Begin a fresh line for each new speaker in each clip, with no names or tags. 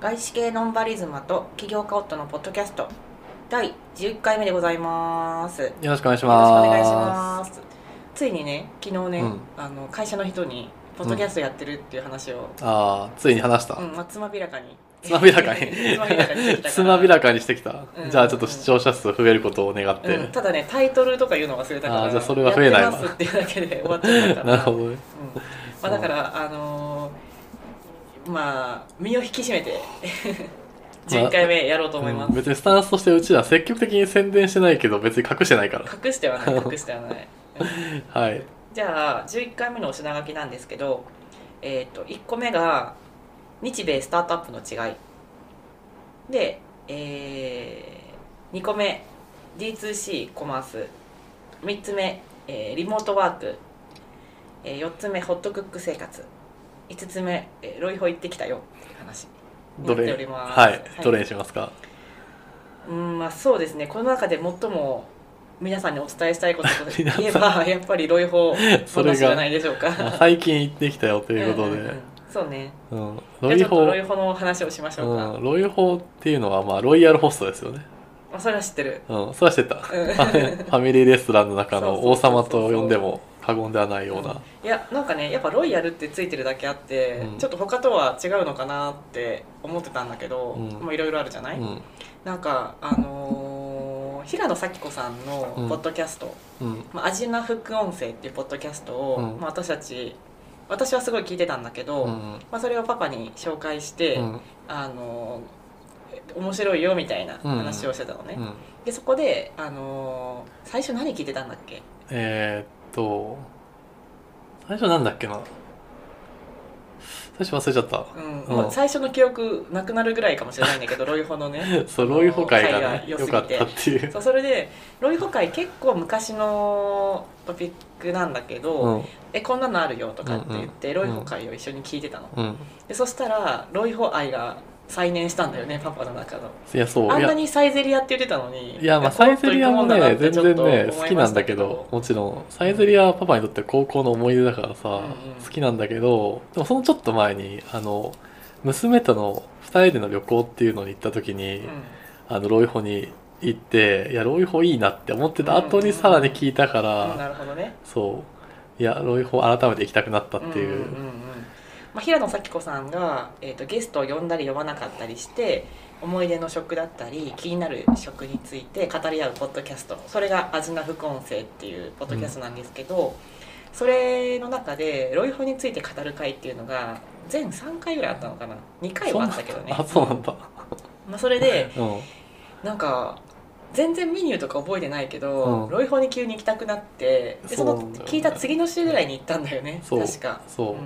外資系ノンバリズマと起業家夫のポッドキャスト第11回目でございますよ
よろしくお願いし
ろしくお
ます。
願いしますついにね昨日ね、
うん
あの会社の人にポッドキャストやってるっていう話を、
ああ、ついに話した
うん。まあ、つまびらかに
つまびらか
つまびらかにしてきた
に。
から
つまびらかにしてきた
う。ん
じゃあちょっと視聴者数増えることを願っ
うん、
て。
ただねタイトルとか言うの忘れたから
あーじゃあそれは増えない
や
わ
ってますっていうだけで終わっちゃったから
なるほどね。
うんまあ、だからあのーまあ身を引き締めて11回目やろうと思います、
うん別にスタンスとしてうちら積極的に宣伝してないけど別に隠してないから。
隠してはない隠してはないうん
はい。
じゃあ11回目のお品書きなんですけど、えー、と1個目が日米スタートアップの違いで、え2個目 D2C コマース3つ目、えーリモートワーク、え4つ目ホットクック生活5つ目、えーロイホ行ってきたよって話
ど
やってお
れ、
ります
はい
はい、
どれにしますか。
うんまあそうですねこの中で最も皆さんにお伝えしたいことと
皆さん
いえばやっぱりロイホ
それが
話じゃないでしょうか
あ最近行ってきたよということ
んんん
で。
そうね
うん。
じゃ
ロ
あ
イ
ちょっと
ホ
ロイホの話をしましょうか、
うん、ロイホっていうのはまあロイヤルホストですよね。
まあ、それは知ってる
うん、それはしてた。 フ
うん
ァミリーレストランの 中の王様と呼んでも過言ではないよう
うん
ない
やなんかねやっぱロイヤルってついてるだけあって、
うん
ちょっと他とは違うのかなって思ってたんだけど、
うん
まあいろいろあるじゃない、
うん
なんかあのー平野咲子さんのポッドキャスト
うん
「まあ、アジナ副音声」っていうポッドキャストを、
うん
まあ、私たち私はすごい聞いてたんだけど、
うん
まあ、それをパパに紹介して、
うん
あのー面白いよみたいな話をしてたのね、
うん
でそこで、あのー最初何聞いてたんだっけ
えーっと最初なんだっけな最初忘れちゃった
うん
うん
もう最初の記憶なくなるぐらいかもしれないんだ けどロイホのね
そうロイホ会がね
会が良
良
すぎて
かったっていう
そうそれでロイホ会結構昔のトピックなんだけ
う
ど「
ん
えこんなのあるよ」とかって言って、
うんうん
ロイホ会を一緒に聞いてたの、
うん
でそしたらロイホ愛が再燃したんだよねパパの中の
いやそう
あ
い
んな
や
にサイゼリアって言ってたのに
いやまあサイゼリアもね全然ね好きなんだ
この人行くもんだなってちょっと思いました
け、どもちろんサイゼリアはパパにとって高校の思い出だからさ
うんうん
好きなんだけどでもそのちょっと前にあの娘との2人での旅行っていうのに行った時に、
うん
あのロイホに行っていやロイホいいなって思ってた後
うんうんう
に
ん
さらに聞いたから、
うんなるほどね
そういやロイホ改めて行きたくなったっていう,、
んんんんまあ、平野咲子さんが、えー、とゲストを呼んだり呼ばなかったりして思い出の食だったり気になる食について語り合うポッドキャストそれが「アジナ副音声」っていうポッドキャストなんですけど、それの中でロイホについて語る会っていうのが全3回ぐらいあったのかな2回はあったけどね
あそうなんだ、
まあ、それで
うん、
なんか全然メニューとか覚えてないけど、
うん
ロイホに急に行きたくなってでその
そうなんだよね
聞いた次の週ぐらいに行ったんだよね
そう
確か。
そう、
うん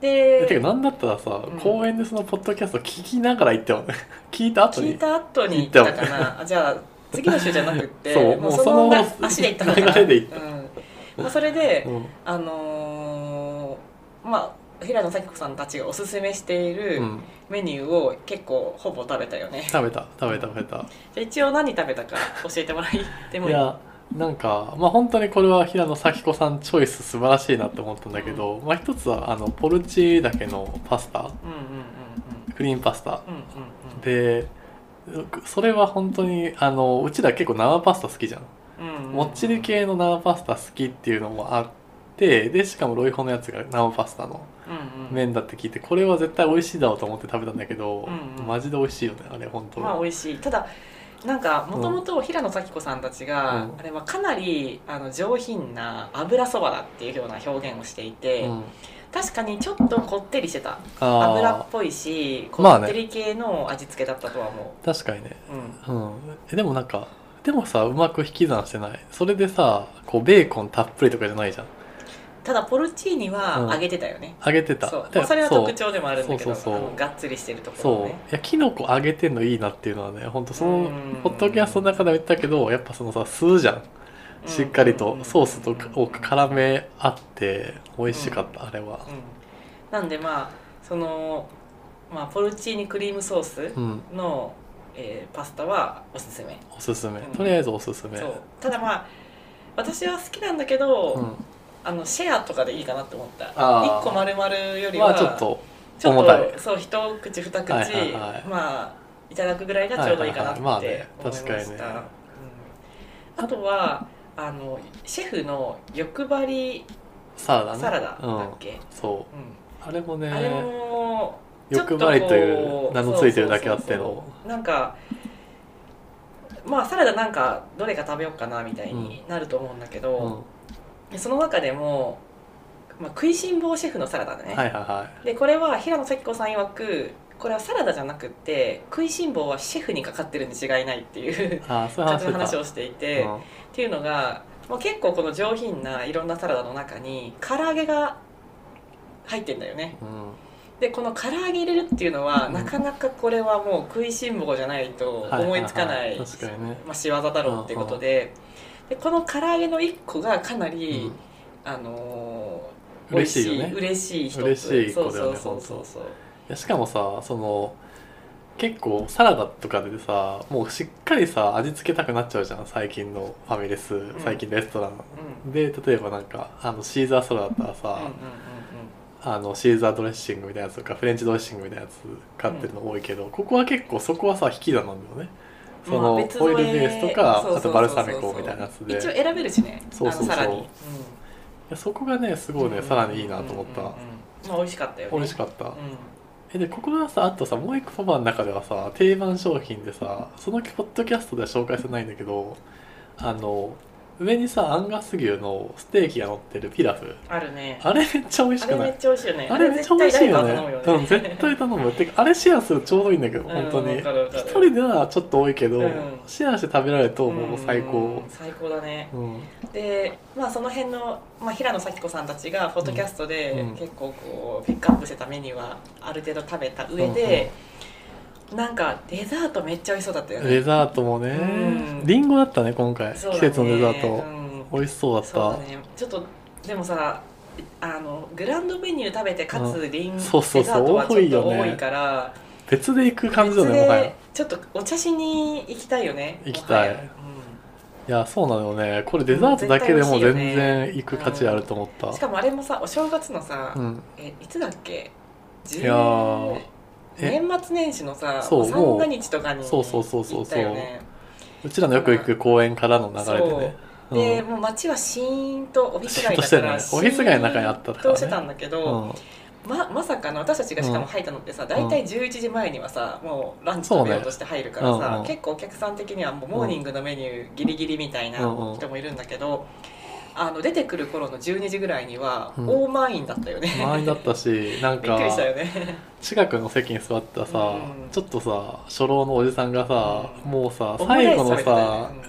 えて
で
かなんだったらさ、
うん
公園でそのポッドキャスト聞きながら行ったよね 聞いた後
聞い
に
た後に行ったかなあじゃあ次の週じゃなくって
そう
もう
もう
そ
そ
の
の
な足で行ったのかな
流れで行った
うんまあ、それで、
うん
あのーまあ平野咲子さんたちがおすすめしていうる
ん、
メニューを結構ほぼ食べたよね、
食べた食べた食べた
じゃあ一応何食べたか教えてもらっても
い
いい
やなんかまあ本当にこれは平野咲子さんチョイス素晴らしいなって思ったんだけど、まあ一つはあのポルチだけのパスタ
うんうんうん
クリーンパスタ
うんうんうんうん
でそれは本当にあのうちら結構生パスタ好きじゃ
うん
ん、
うん
もっちり系の生パスタ好きっていうのもあってでしかもロイホのやつが生パスタの
うんうん
麺だって聞いてこれは絶対美味しいだろうと思って食べたんだけど、
うんうん
マジで美味しいよねあれ本当に、
まあ美味しいただなんかもともと平野咲子さんたちが、
うん
あれはかなりあの上品な油そばだっていうような表現をしていて、
うん
確かにちょっとこってりしてた
あー
油っぽいしこ
まあ
っ
ね
てり系の味付けだったとは思
確かにね、
う、うん
うん、えでもなんかでもさうまく引き算してないそれでさこうベーコンたっぷりとかじゃないじゃん
ただポルチーニ
うん
は揚げてたよね、
揚げてた
そう
で
まあそれは特徴でもあるんだけど
そうそうそう
あのがっつりしてるところ
そうい
ね
やキノコ揚げてんのいいなっていうのはね本当その
うん
ポッドキャストの中でも言ったけどやっぱそのさ吸うじゃん
うん
しっかりとソースと
うん
を絡め合って美味しかったあれは
うんなんでまあその、まあ、ポルチーニクリームソース、
うん
の、えーパスタはおすすめ、
おすすめ
うん
とりあえずおすすめ
そうただまあ私は好きなんだけど、
うん
あのシェアとかでいいかなって思った
あ
1
ー
個丸々より
ま
は、
あちょっと
ちょっ
重たい
とそう一口二口、
はいはいはい
まあいただくぐらいがちょうどいいかなって思
はいはい
いま
はいまあね
した、
確かにね
うん、あとはあのシェフの欲張り
サラダね
サラダ
う
だ
ん
っ、け、
そう
う
あれも
んあれ
ね
もちょっ
欲
とこう
張りという名の付いてるだけあって
そうそう
の
そうなんかまあサラダなんかどれか食べようかなみたいになると思うんだけ
うん
ど、その中でも、まあ、食いしん坊シェフのサラダだね、
はいはいはい
でこれは平野咲子さん曰くこれはサラダじゃなくって食いしん坊はシェフにかかってるに違いないっていう
ああそういう
感
話
じ
だ
の話をしていて、
う
っ
ん
ていうのが、まあ、結構この上品ないろんなサラダの中に唐揚げが入ってんだよね
うん
でこの唐揚げ入れるっていうのは、
うん
なかなかこれはもう食いしん坊じゃないと
は
思いつかない,、
はは確かにね
まあ、仕業だろうっていうことで,、でこの唐揚げの1個がかなり、
うん
あのー
嬉しいよね
美味しい嬉しい一つ
嬉しい子だよね
そうそうそうそう
いやしかもさその結構サラダとかでさもうしっかりさ味付けたくなっちゃうじゃん最近のファミレス、
ん
最近レストラン
う
で例えばなんかあのシーザーサラダだったら
うんうん
さ、あのシーザードレッシングみたいなやつとかフレンチドレッシングみたいなやつ買ってるの多いけど、ここは結構そこはさ引き算なんだよねその
ま
オ
あ
イル
別添え
ベースとか
そうそう
あと
そうそう
バルサミコみたいなやつ
うん、
で
一応選べるしね
そうそうそう
あのさらに、
いやそこがねす
うん
ごいねさらにいいなと思っ
うんうん
た
うんうんまあ美味しかったよね
美味し
か
かった
うん
えでここがさあとさもう一個パパの中ではさ定番商品でさそのポッドキャストでは紹介してないんだけどあの上にさアンガス牛のステーキが乗ってるピラフ
あるね
あれめっちゃ美味し
あ
く
れ
な
め
い
っちゃ美味しいよね
あれめっちゃ美味しいよね
あれ絶対誰か頼むよ
うん
ね
絶対頼むてかあれシェアするとちょうどいいんだけど本当
うん
に
わかるわかる
一人ではちょっと多いけど、
うん
シェアして食べられるともう最高
うん最高だね
うん、
でまあその辺の、まあ、平野咲子さんたちがフォトキャストで
うん
結構こうピックアップしてたメニューはある程度食べた上で、なんかデザートめっちゃ美味しそうだったよね
デザートもね、
うん
リンゴだったね今回、
そうだ
季
ね
節のデザート、
うん
美味しそうだった
そうだねちょっとでもさあのグランドメニュー食べてかつリンデザ
そうそうそう
ートはちょっと
多いよ
多
ね
いから
別で行く感じだね
別
もはや
でちょっとお茶しに行きたいよね
行きたい
もはや
いやそうなのよねこれデザートだけでも全然行く価値あると思っ
う
た
んしかもあれもさお正月のさ、
うん
えいつだっけ
い
10
やーえ
年末年始のさ
そうもう
三が日とかに
そうそうそうそ
行
う
ったよね
うちらのよく行く公園からの流れでねうん
でもう街はシーンとオフィス街
シーンとして
だ
る
か
ね
ら
オフィス街の中にあったからね
シーンとしてたんだけど、
うん
ままさかの私たちがしかも入ったのってさ、大体11時前にはさもうランチ食べようとして入るから
そうね
さ、
うんうん
結構お客さん的にはもうモーニングのメニューギリギリみたいな
うんうん
人もいるんだけど、あの出てくる頃の12時ぐらいには
うん
大満員だったよね、
満員だった しなん
びっくり
か
したよね
近くの席に座ったさ
うん
ちょっとさ初老のおじさんがさ
うん
もうさ
オムライス
最後の
食べ
さ
て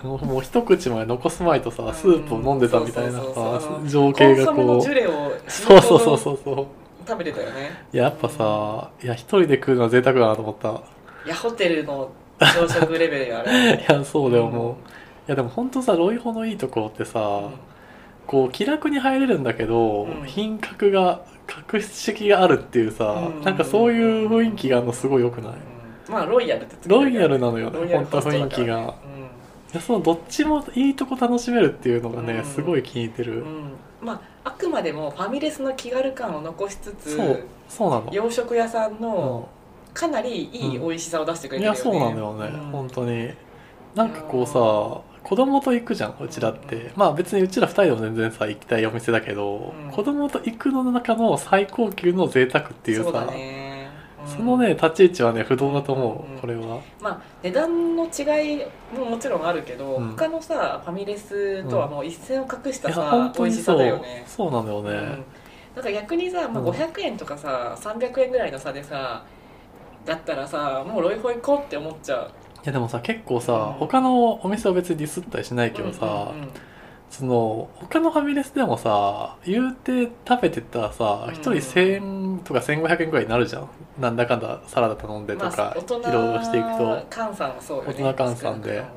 たよ
もう一口まで残すまいと
うん
さスープを飲んでたみたい
そ
な
うそうそうそ
さ
う
情
コ
景
ンソ
が
メ
こ
の
う
ジュレを
そうそうそうそうそう
食べてたよね
いややっぱさいや一人で食うのは贅沢だなと思った
いやホテルの朝食レベルよあれ
いやそうだよもう、いやでも本当さロイホのいいところってさ、
うん
こう気楽に入れるんだけど、
うん
品格が格式があるっていうさ、
うん
なんかそういう雰囲気があるのすごい良くない、
うんまあロイヤルってつけてる
ロイヤルなのよ
ロイ
ね
ヤル
本当
ホスト
雰
だ
囲
から
気
ね
がいやそのどっちもいいとこ楽しめるっていうのがね、
うん
すごい気に入って
う
る、
んまああくまでもファミレスの気軽感を残しつつ
そうそうなの
洋食屋さんの
う
かなりいい
うん
美味しさを出してく
ん
れ
い
てるよね、
やそうなんだよね、
うん
本当になんかこうさ子供と行くじゃんうちらって、まあ別にうちら2人でも全然さ行きたいお店だけど、
うん
子供と行くの中の最高級の贅沢っていう
そう
さ
だね、うん
そのね立ち位置はね不動だと思う、
うん
これは
まあ値段の違いももちろんあるけど、
うん
他のさファミレスとはもう一線を隠し
い
た
や
さ、
本
美
当に
味しさ
そう、
だよね
そうなのよね、
うんだから逆にさ、まあ、
うん
500円とかさ300円ぐらいの差でさだったらさもうロイホ行こうって思っちゃう
いやでもさ結構さ、
うん
他のお店は別にディスったりしないけどさ、
うんうんうん
その他のファミレスでもさ言うて食べてったらさ
うん
1人1000とか1500円ぐらいになるじゃんなんだかんだサラダ頼んでと
ま
か
あ、
いろいろしていく
大
と
人換算はそうよね
大人換算で
少なくとも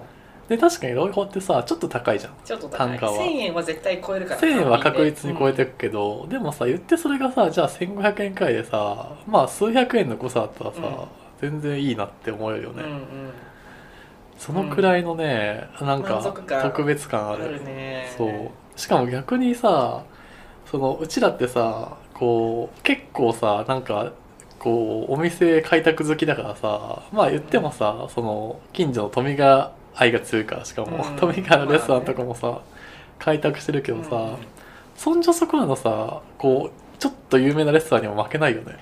で確かにロイホってさちょっと高いじゃん
ちょっと高い
単価は
1000円は絶対超えるから
1000円は確実に超えて
る、
くけど、でもさ言ってそれがさじゃあ1500円くらいでさまあ数百円の誤差だったらさ、全然いいなって思えるよ
うん
ね、
うんうん
そのくらいのね、なんか
満足感
特別感あ
あ
る
るね
そうしかも逆にさそのうちらってさこう結構さなんか構お店開拓好きだからさまあ言ってもさその近所の富が愛が強いからしかも、
うん
富がレストランとかもさ、開拓してるけどさ、
うん
そんじょそこらのさこうちょっと有名なレストランにも負けないよね、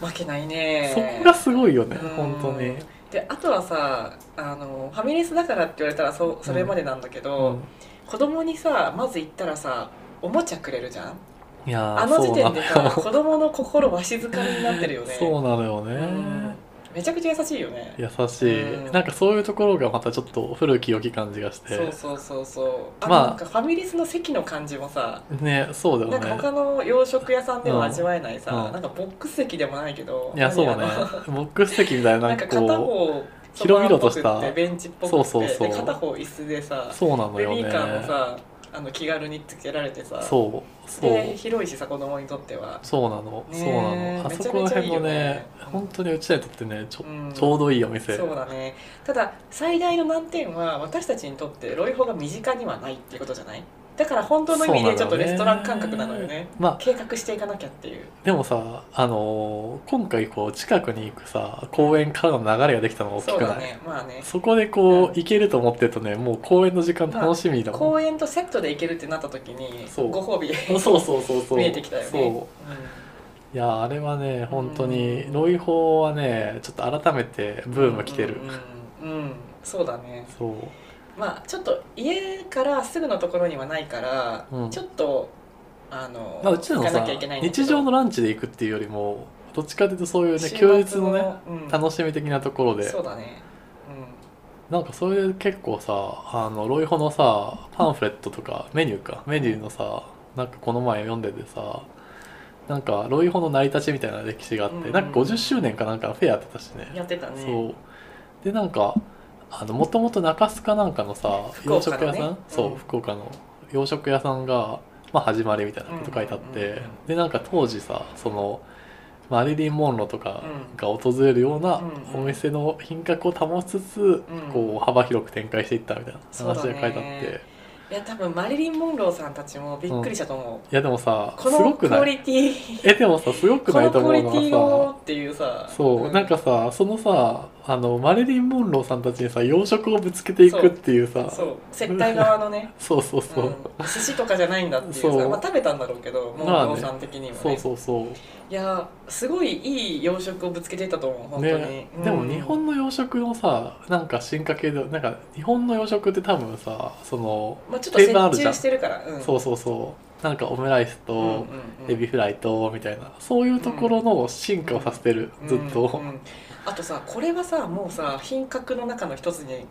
負けないね
そこがすごいよね、
うん
本当に、
であとはさあのファミレスだからって言われたらそそれまでなんだけど、子供にさまず行ったらさおもちゃくれるじゃん
いやー
あの時点でさ
そう
子供の心わしづかみになってるよね
そうなのよね、
うんめちゃくちゃ優しいよね
優しい、
うん
なんかそういうところがまたちょっと古き良き感じがして
そうそうそうそうあ、
まあ
なんかファミレスの席の感じもさ
ねそうだよ
な
ね
んか他の洋食屋さんでは味わえないさ、
うんうん
なんかボックス席でもないけど
いやそうね
何あの
ボックス席みたい
な
ななんん
か
か
片
こ
方
広々とした
ソファーっぽくってベンチっぽくって
そうそうそう
で片方椅子でさ
うそうなの
ベ
よ
ビー
ね
カーもさあの気軽につけられてさ
そうそう
で広いしさ子供にとっては
そうなの、
ねえ
そうなのあ
め
そ
ちゃ
こ
め
ら
ちゃいい
辺
よ
もね
ねうん
本当にうちらにとってねちょ,、
うん
ちょうどいいお店
そうだねただ最大の難点は私たちにとってロイホが身近にはないっていうことじゃないだから本当の意味でちょっとレストラン感覚なのよね
まあ
計画していかなきゃっていう
でもさあのー今回こう近くに行くさ公園からの流れができたの大き
そう
くな
だ
いそ,、
ねまあね
こでこう、
うん
行けると思ってるとねもう公園の時間楽しみだもん、
公園とセットで行けるってなった時に
そう
ご 褒美
そうそうそうそう
見えてきたよね
そういやあれはね本当にロイホーはねちょっと改めてブーム来てる、
うん、うんうんそうだね
そう
まあちょっと家からすぐのところにはないから、
うん
ちょっとあの
まあ、うちらの
行か
さ
なきゃいけないんだけど
日常のランチで行くっていうよりもどっちかというとそういうね
週末
休日のね、
うん
楽しみ的なところで
そうだね、うん、
なんかそれで結構さあのロイホのさパンフレットとかメニューかメニューのさなんかこの前読んでてさなんかロイホの成り立ちみたいな歴史があって、
うんうん
なんか50周年かなんかフェアやってたしね
やってたね
そうでなんかあのもともと中洲かなんかのさ
福
洋
岡
食
のね
屋さん、そううん福岡の洋食屋さんが、まあ、始まりみたいなこと書いてあっ
う
て、
んうんうん
でなんか当時さそのマリリン・モンローとかが訪れるような
うん
お
うん
店の品格を保ちつつ、
ん
こう幅広く展開していったみたいな話が書いて
そ
あっ
うだ
て、
ねいや多分マリリン・モンローさんたちもびっくりしたと思う、
いやでもさす
こ
ご
の
く
ク
な
オ
い
リティ
えでもさすごく
こ
な
の
いと
クオ
思う
リ
の
テ
は
ィ
さ
よっていうさ
そう、
ん
なんかさそのさあのマリリン・モンローさんたちにさ洋食をぶつけていくっていうさ
そ
そう
接待側のね
うそう そうう、
ん、寿司とかじゃないんだっていうさ
そう
まあ、食べたんだろうけどモン
まあね
ローさん的にもね,、
そうそうそう
いやすごいいい洋食をぶつけてたと思う本当に、
ね
うん
でも日本の洋食のさなんか進化系でなんか日本の洋食って多分さその、
まあ、ちょっと
定番ある
折
じゃん
衷してるから、うん、
そうそうそうなんかオムライス
うんうん
と
うん
エビフライとみたいなそういうところの進化をさせてる、ずっと、
うんうんあとさこれはさもうさ品格の中の一つに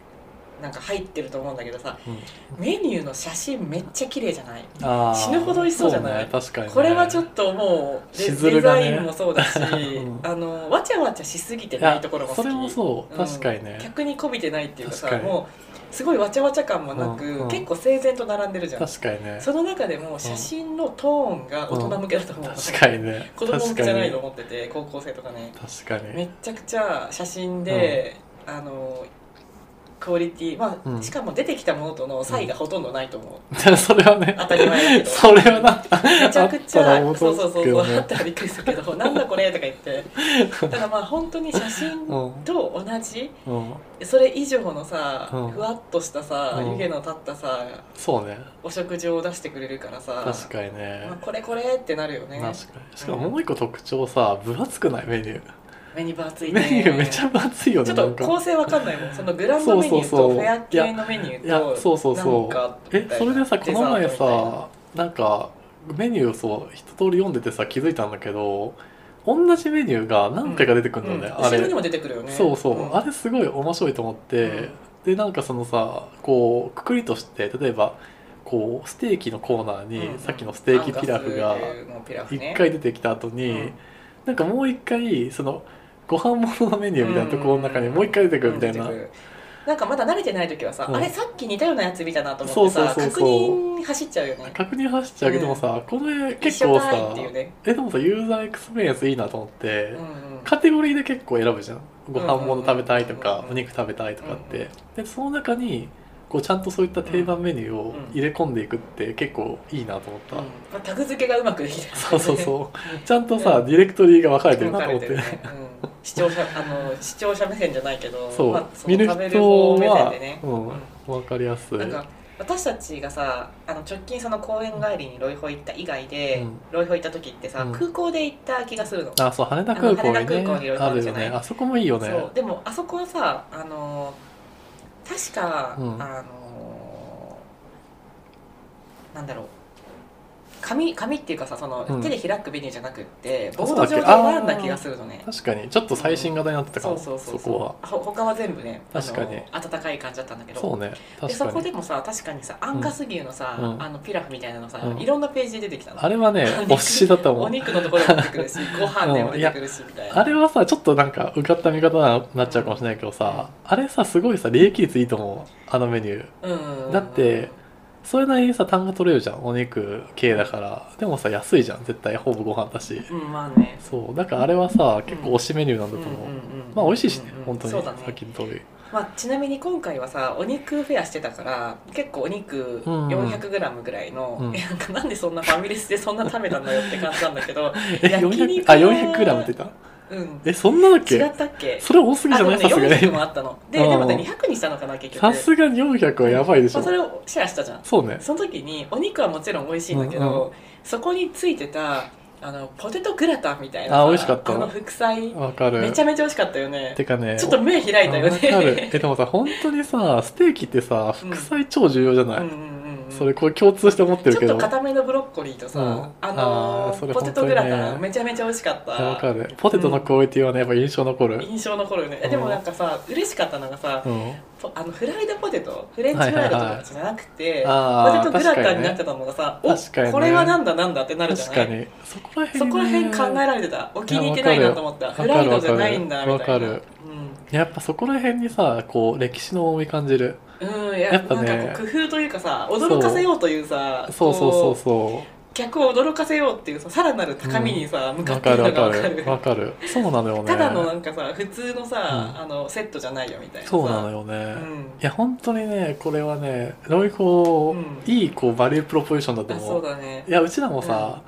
なんか入ってると思うんだけどさ
うん
メニューの写真めっちゃ綺麗じゃない
あー
死ぬほど美味しそうじゃない
ね、確かに、ね、
これはちょっ
と
ともうデ,、
しずるが
ザ
ね
インもそうだし、
うん
あのわちゃわちゃしすぎてないところも好き
それもそう
うん
確かにね、
逆にこびてないっていうかさ
確かに
もうすごいわちゃわちゃ感もなく、
うんうん
結構整然と並んでるじゃん
確かにね
その中でも写真のトーンが大人向けだと思う、
確かにね
子供向けじゃないと
確
思ってて高校生とかね
かに確か
め
に
っちゃくちゃ写真で、あのクオリティまあ、
うん
しかも出てきたものとの差異がほとんどないと思う、
それはね
当たり前だけど
それはな
めちゃくち
あったら
ゃ
驚くけどね
そうそうそうそうあったらびっくりするけどなんだこれとか言ってただまあ本当に写真
う
と同
ん
じ
うん
それ以上のさ、
うん
ふわっとしたさ、
うん
湯気の立ったさ
そうね
お食事を出してくれるからさ
確かにね
まあ、これこれってなるよね
確かにしかももう一個特徴さ分厚くないメニュー
目にバーついて
メニューめちゃ分厚いよ
ち
ね
ょっ
な
と
ん
構
か
成わかんないもんそのグランドメニュー
そうそ
と
うそう
フェア系のメニューと
いやそうそう
なん
そ
か
うえ
みたい
そ
な
れでさこの
デ
前
ザート
さなんかメニューをそう一通り読んでてさ気づいたんだけど同じメニューが何回か出てくる
みたい
のね、
なうん
あ
後
れ
ろにも出てくるよね
そうそう、
ん
あれすごい面白いと思って、
うん
でなんかそのさこうくくりとして例えばこうステーキのコーナーに、
うんうん
さっきのステーキピラフ
ア
が
ンガス牛のピラフね
1回出てきた後に、
うん
なんかもう1回そのご飯物のメニューみたいなところの中にもう1回出てくるみたいな、
うん出てくるなんかまだ慣れてない時はさ、
うん
あれさっき似たようなやつ見たなと思ってさ
そうそうそう
確
そう
認走っちゃうよね
確認走っちゃうけどもさ、これ結
一緒
構
か
さ
いっていうね、
えでもさユーザーエクスペリエンスいいなと思って、
うんうん、
カテゴリーで結構選ぶじゃんご飯物食べたい
う
と
んうん
か
うん
お肉食べたいとかっ
うんう
てでその中にこうちゃんとそういった定番メニューを入れ込んでいくって結構いいなと思った、
うんまあ、タグ付けがうまくできてる
そうそう
う
そうちゃんとさ、ディレクトリーが分かれてる
分
な
か
と
れ
思ってて
るね、うん、視聴者あの視聴者目線じゃないけど
そう、
まあ、その
見る人
食べ方目線
は
で、ね
うん、分かりやすい
なんか私たちがさあの直近その公園帰りにロイホ行った以外で、
うん
ロイホ行った時ってさ、
うん
空港で行った気がするの
あそう羽田空港に
あの羽田
ね
空港にいろいろ
あ
あ
る
るじ
よ
ゃない
ねあそこもいいよね
そうでもあそこはさあのー確か、
うん
あのーなんだろう紙紙っていうかさその、
うん
手で開くメニューじゃなくってボー
そう
ド
だっけ
上で選んだ気がするのね
確かにちょっと最新型になってたか
そ
も、
うそうそう
こは
うほ他は全部ねあのー
確かに
温かい感じだったんだけど
そうね
で
確
そ
か
こ
に
でもさ確かにさアンガス牛のさ、
うん
あのピラフみたいなのさ、
うん
いろんなページで出てきたの
あれはね
お肉
推しだと思
お
う
肉のところも出てくるしご飯でも出てくるしみたいな
あれはさちょっとなんか受かった見方になっちゃうかもしれないけどさ、あれさすごいさ利益率いいと思うあのメニュー
うん
だってそれなりにさ単価取れるじゃんお肉系だからでもさ安いじゃん絶対ほぼご飯だし
うんまあね
そうだからあれはさ結構推しメニューなんだと思う、まあ美味しいしね、本当に、
そうだ
さっ
ね
きの通り
まあ、ちなみに今回はさお肉フェアしてたから結構お肉
うんうん
400g ぐらいの、
うん
えなんかなんでそんなファミレスでそんな食べたんだよって感じなんだけど、
え
焼
400
肉は
あ 400g って言った
うん、
えそんなだっ
違
け
ったっけ
それ多すぎ
あ
じ
で
ゃ
も
ない
ね
さすが
400も
に
あったので
うん
でまた200にしたのかな結局
さすがに400はやばいでし
まあ、
ょ、
それをシェアしたじゃん
そうね
その時にお肉はもちろん美味しいんだけど、
うんう
そこについてたあのポテトグラタンみたいな
あ美味しかった
あの副菜
わかる
めちゃめちゃ美味しかったよね
てかね
ちょっと目開いたよ
わかる
ね
えでもさ本当にさステーキってさ副菜超重要じゃ
う
なんい、
うんうんうん
それこれ共通して思っ
ち
てる
ょ
け
っ
ど
と固めのブロッコリーとさ、
うん
あの
あーそれ
ポテトグラ
本当
タ
に
ン
ね
めちゃめちゃ美味しかっ
いやわ
た
かるポテトのクオリティはねやっぱ印象残る
印象残るよねえ
うん
でもなんかさ嬉しかったのがさ、
うん、
ポあのフライドポテトフレンチフライドとかじゃなくて、
はいはいはいあー
ポテトグラタンになってたのがさ、
確かにね確かに
お
ね
これはなんだなんだってなるじゃ
確
ない
かにそこら辺
そ
ね
こら辺考えられてたお気に入ってないなと思った
いやわ
フ
かる
ライドじゃないんだみ
わ
た
か
い
る
な
わかるやっぱそこら辺にさこう歴史の重み感じる
うん、うん、いや
やっぱね
なんかこう工夫というかさ驚かせようというさ
そうそうそう
こ
そう
客を驚かせようっていうささらなる高みにさ、向
う
かっ
わ
て
か
る
る
のが
わか
わか
る
る
わかるそうなのよね
ただのなんかさ普通のさ、
う
あのセットじゃないよみたいなさ
そうなのよね、
うん
いや本当にねこれはねロイコ
うん
いいこうバリュープロポジションだと
あ
思
そう
う
だね
いやうちらもさ、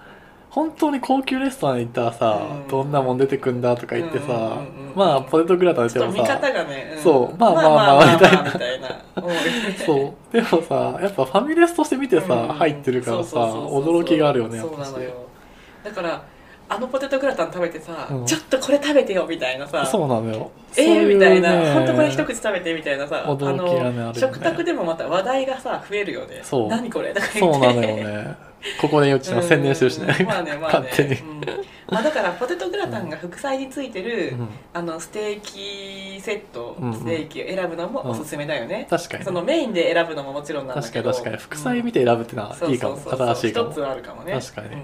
本当に高級レストラン行ったらさ、
うん
どんなもん出てくんだとか言ってさ、
うんうんうんうん
まあポテトグラタンで
ちょっ
も
と見
さ
方がね、ん
そうまあまあ
み
まあ
たいなみたいな思うよね
そうでもさやっぱファミレスとして見てさ、
うん
入ってるからさ
そうそうそうそう
驚きがあるよねやっ
そう
ぱ
な
し
のよだからあのポテトグラタン食べてさ、
うん
ちょっとこれ食べてよみたいなさ
そうなのよ
え
そう
ー、
う
みたいな、
ね
本当これ一口食べてみたいなさ、
驚きがねあるよね
食卓でもまた話題がさ増えるよね
そう
何これとか言って
そうなのよねここでよっちゃん宣伝してるしね
うんまあねまあね
勝手に、
うんまあ、だからポテトグラタンが副菜についてる、
うん
あのステーキセット
うんうん
ステーキを選ぶのもおすすめだよね、
確かに
そのメインで選ぶのももちろんなんだ
確
け
かに
ど
確かに副菜見て選ぶってのはいいかも
そうそうそう
新しいかも
一つはあるかもね
確かに
うん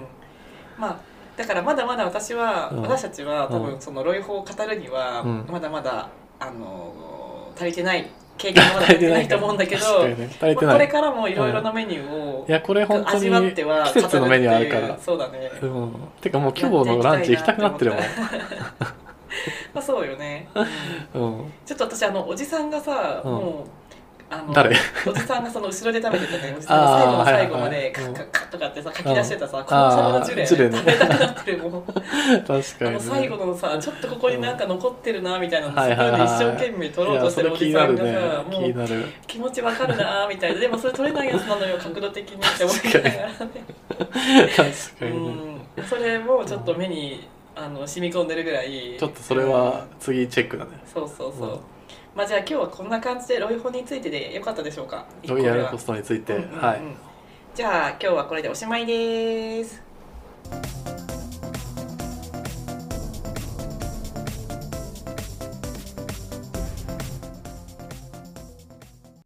まあだからまだまだ私は、
うん
私たちは多
う
分そのロイホを語るには、
うん
まだまだあのー足りてない経験がまだ足りてないと思うんだけど
足りてないから確かにね足りて
まあ
ない
これからもいろいろなメニューを
い、やこれ本当に
味わっては
季節のメニューある
語
か
って
ら
いうそうだね、
うんてかもう今日のランチ行きたくなってるもん
やていきたいなって思った まあそうよね、うん
うん
ちょっと私あのおじさんがさ、
うん
もうあの
誰
おじさんがその後ろで食べてたねおじさんが最後の最後まで
あ
カ
ーは
ッ
いはい
カッカッとかってさ書き出してた
うん
さこのサバのジュレ
あージュレね
食べたくなってるもん
確か
あ
に
の
ね
最後のさちょっとここになんか残ってるなみたいなの
はいはいはい
そこで一生懸命取ろうとしてるおじ
い
さ
や
んが
それ気にな
さ
るね
も
気に
う
なる
気持ちわかるなみたいなでもそれ取れないやつなのよ角度的にって思いながらね
確か
う
にね
んそれもちょっと目にあの染み込んでるぐらい
ちょっとそれは次チェックだね
そうそうそう、
うん
まあじゃあ今日はこんな感じでロイホについてでよかったでしょうか
ロイヤ
一個目
ル
は
ホストについて
うんうんうん
はい
じゃあ今日はこれでおしまいです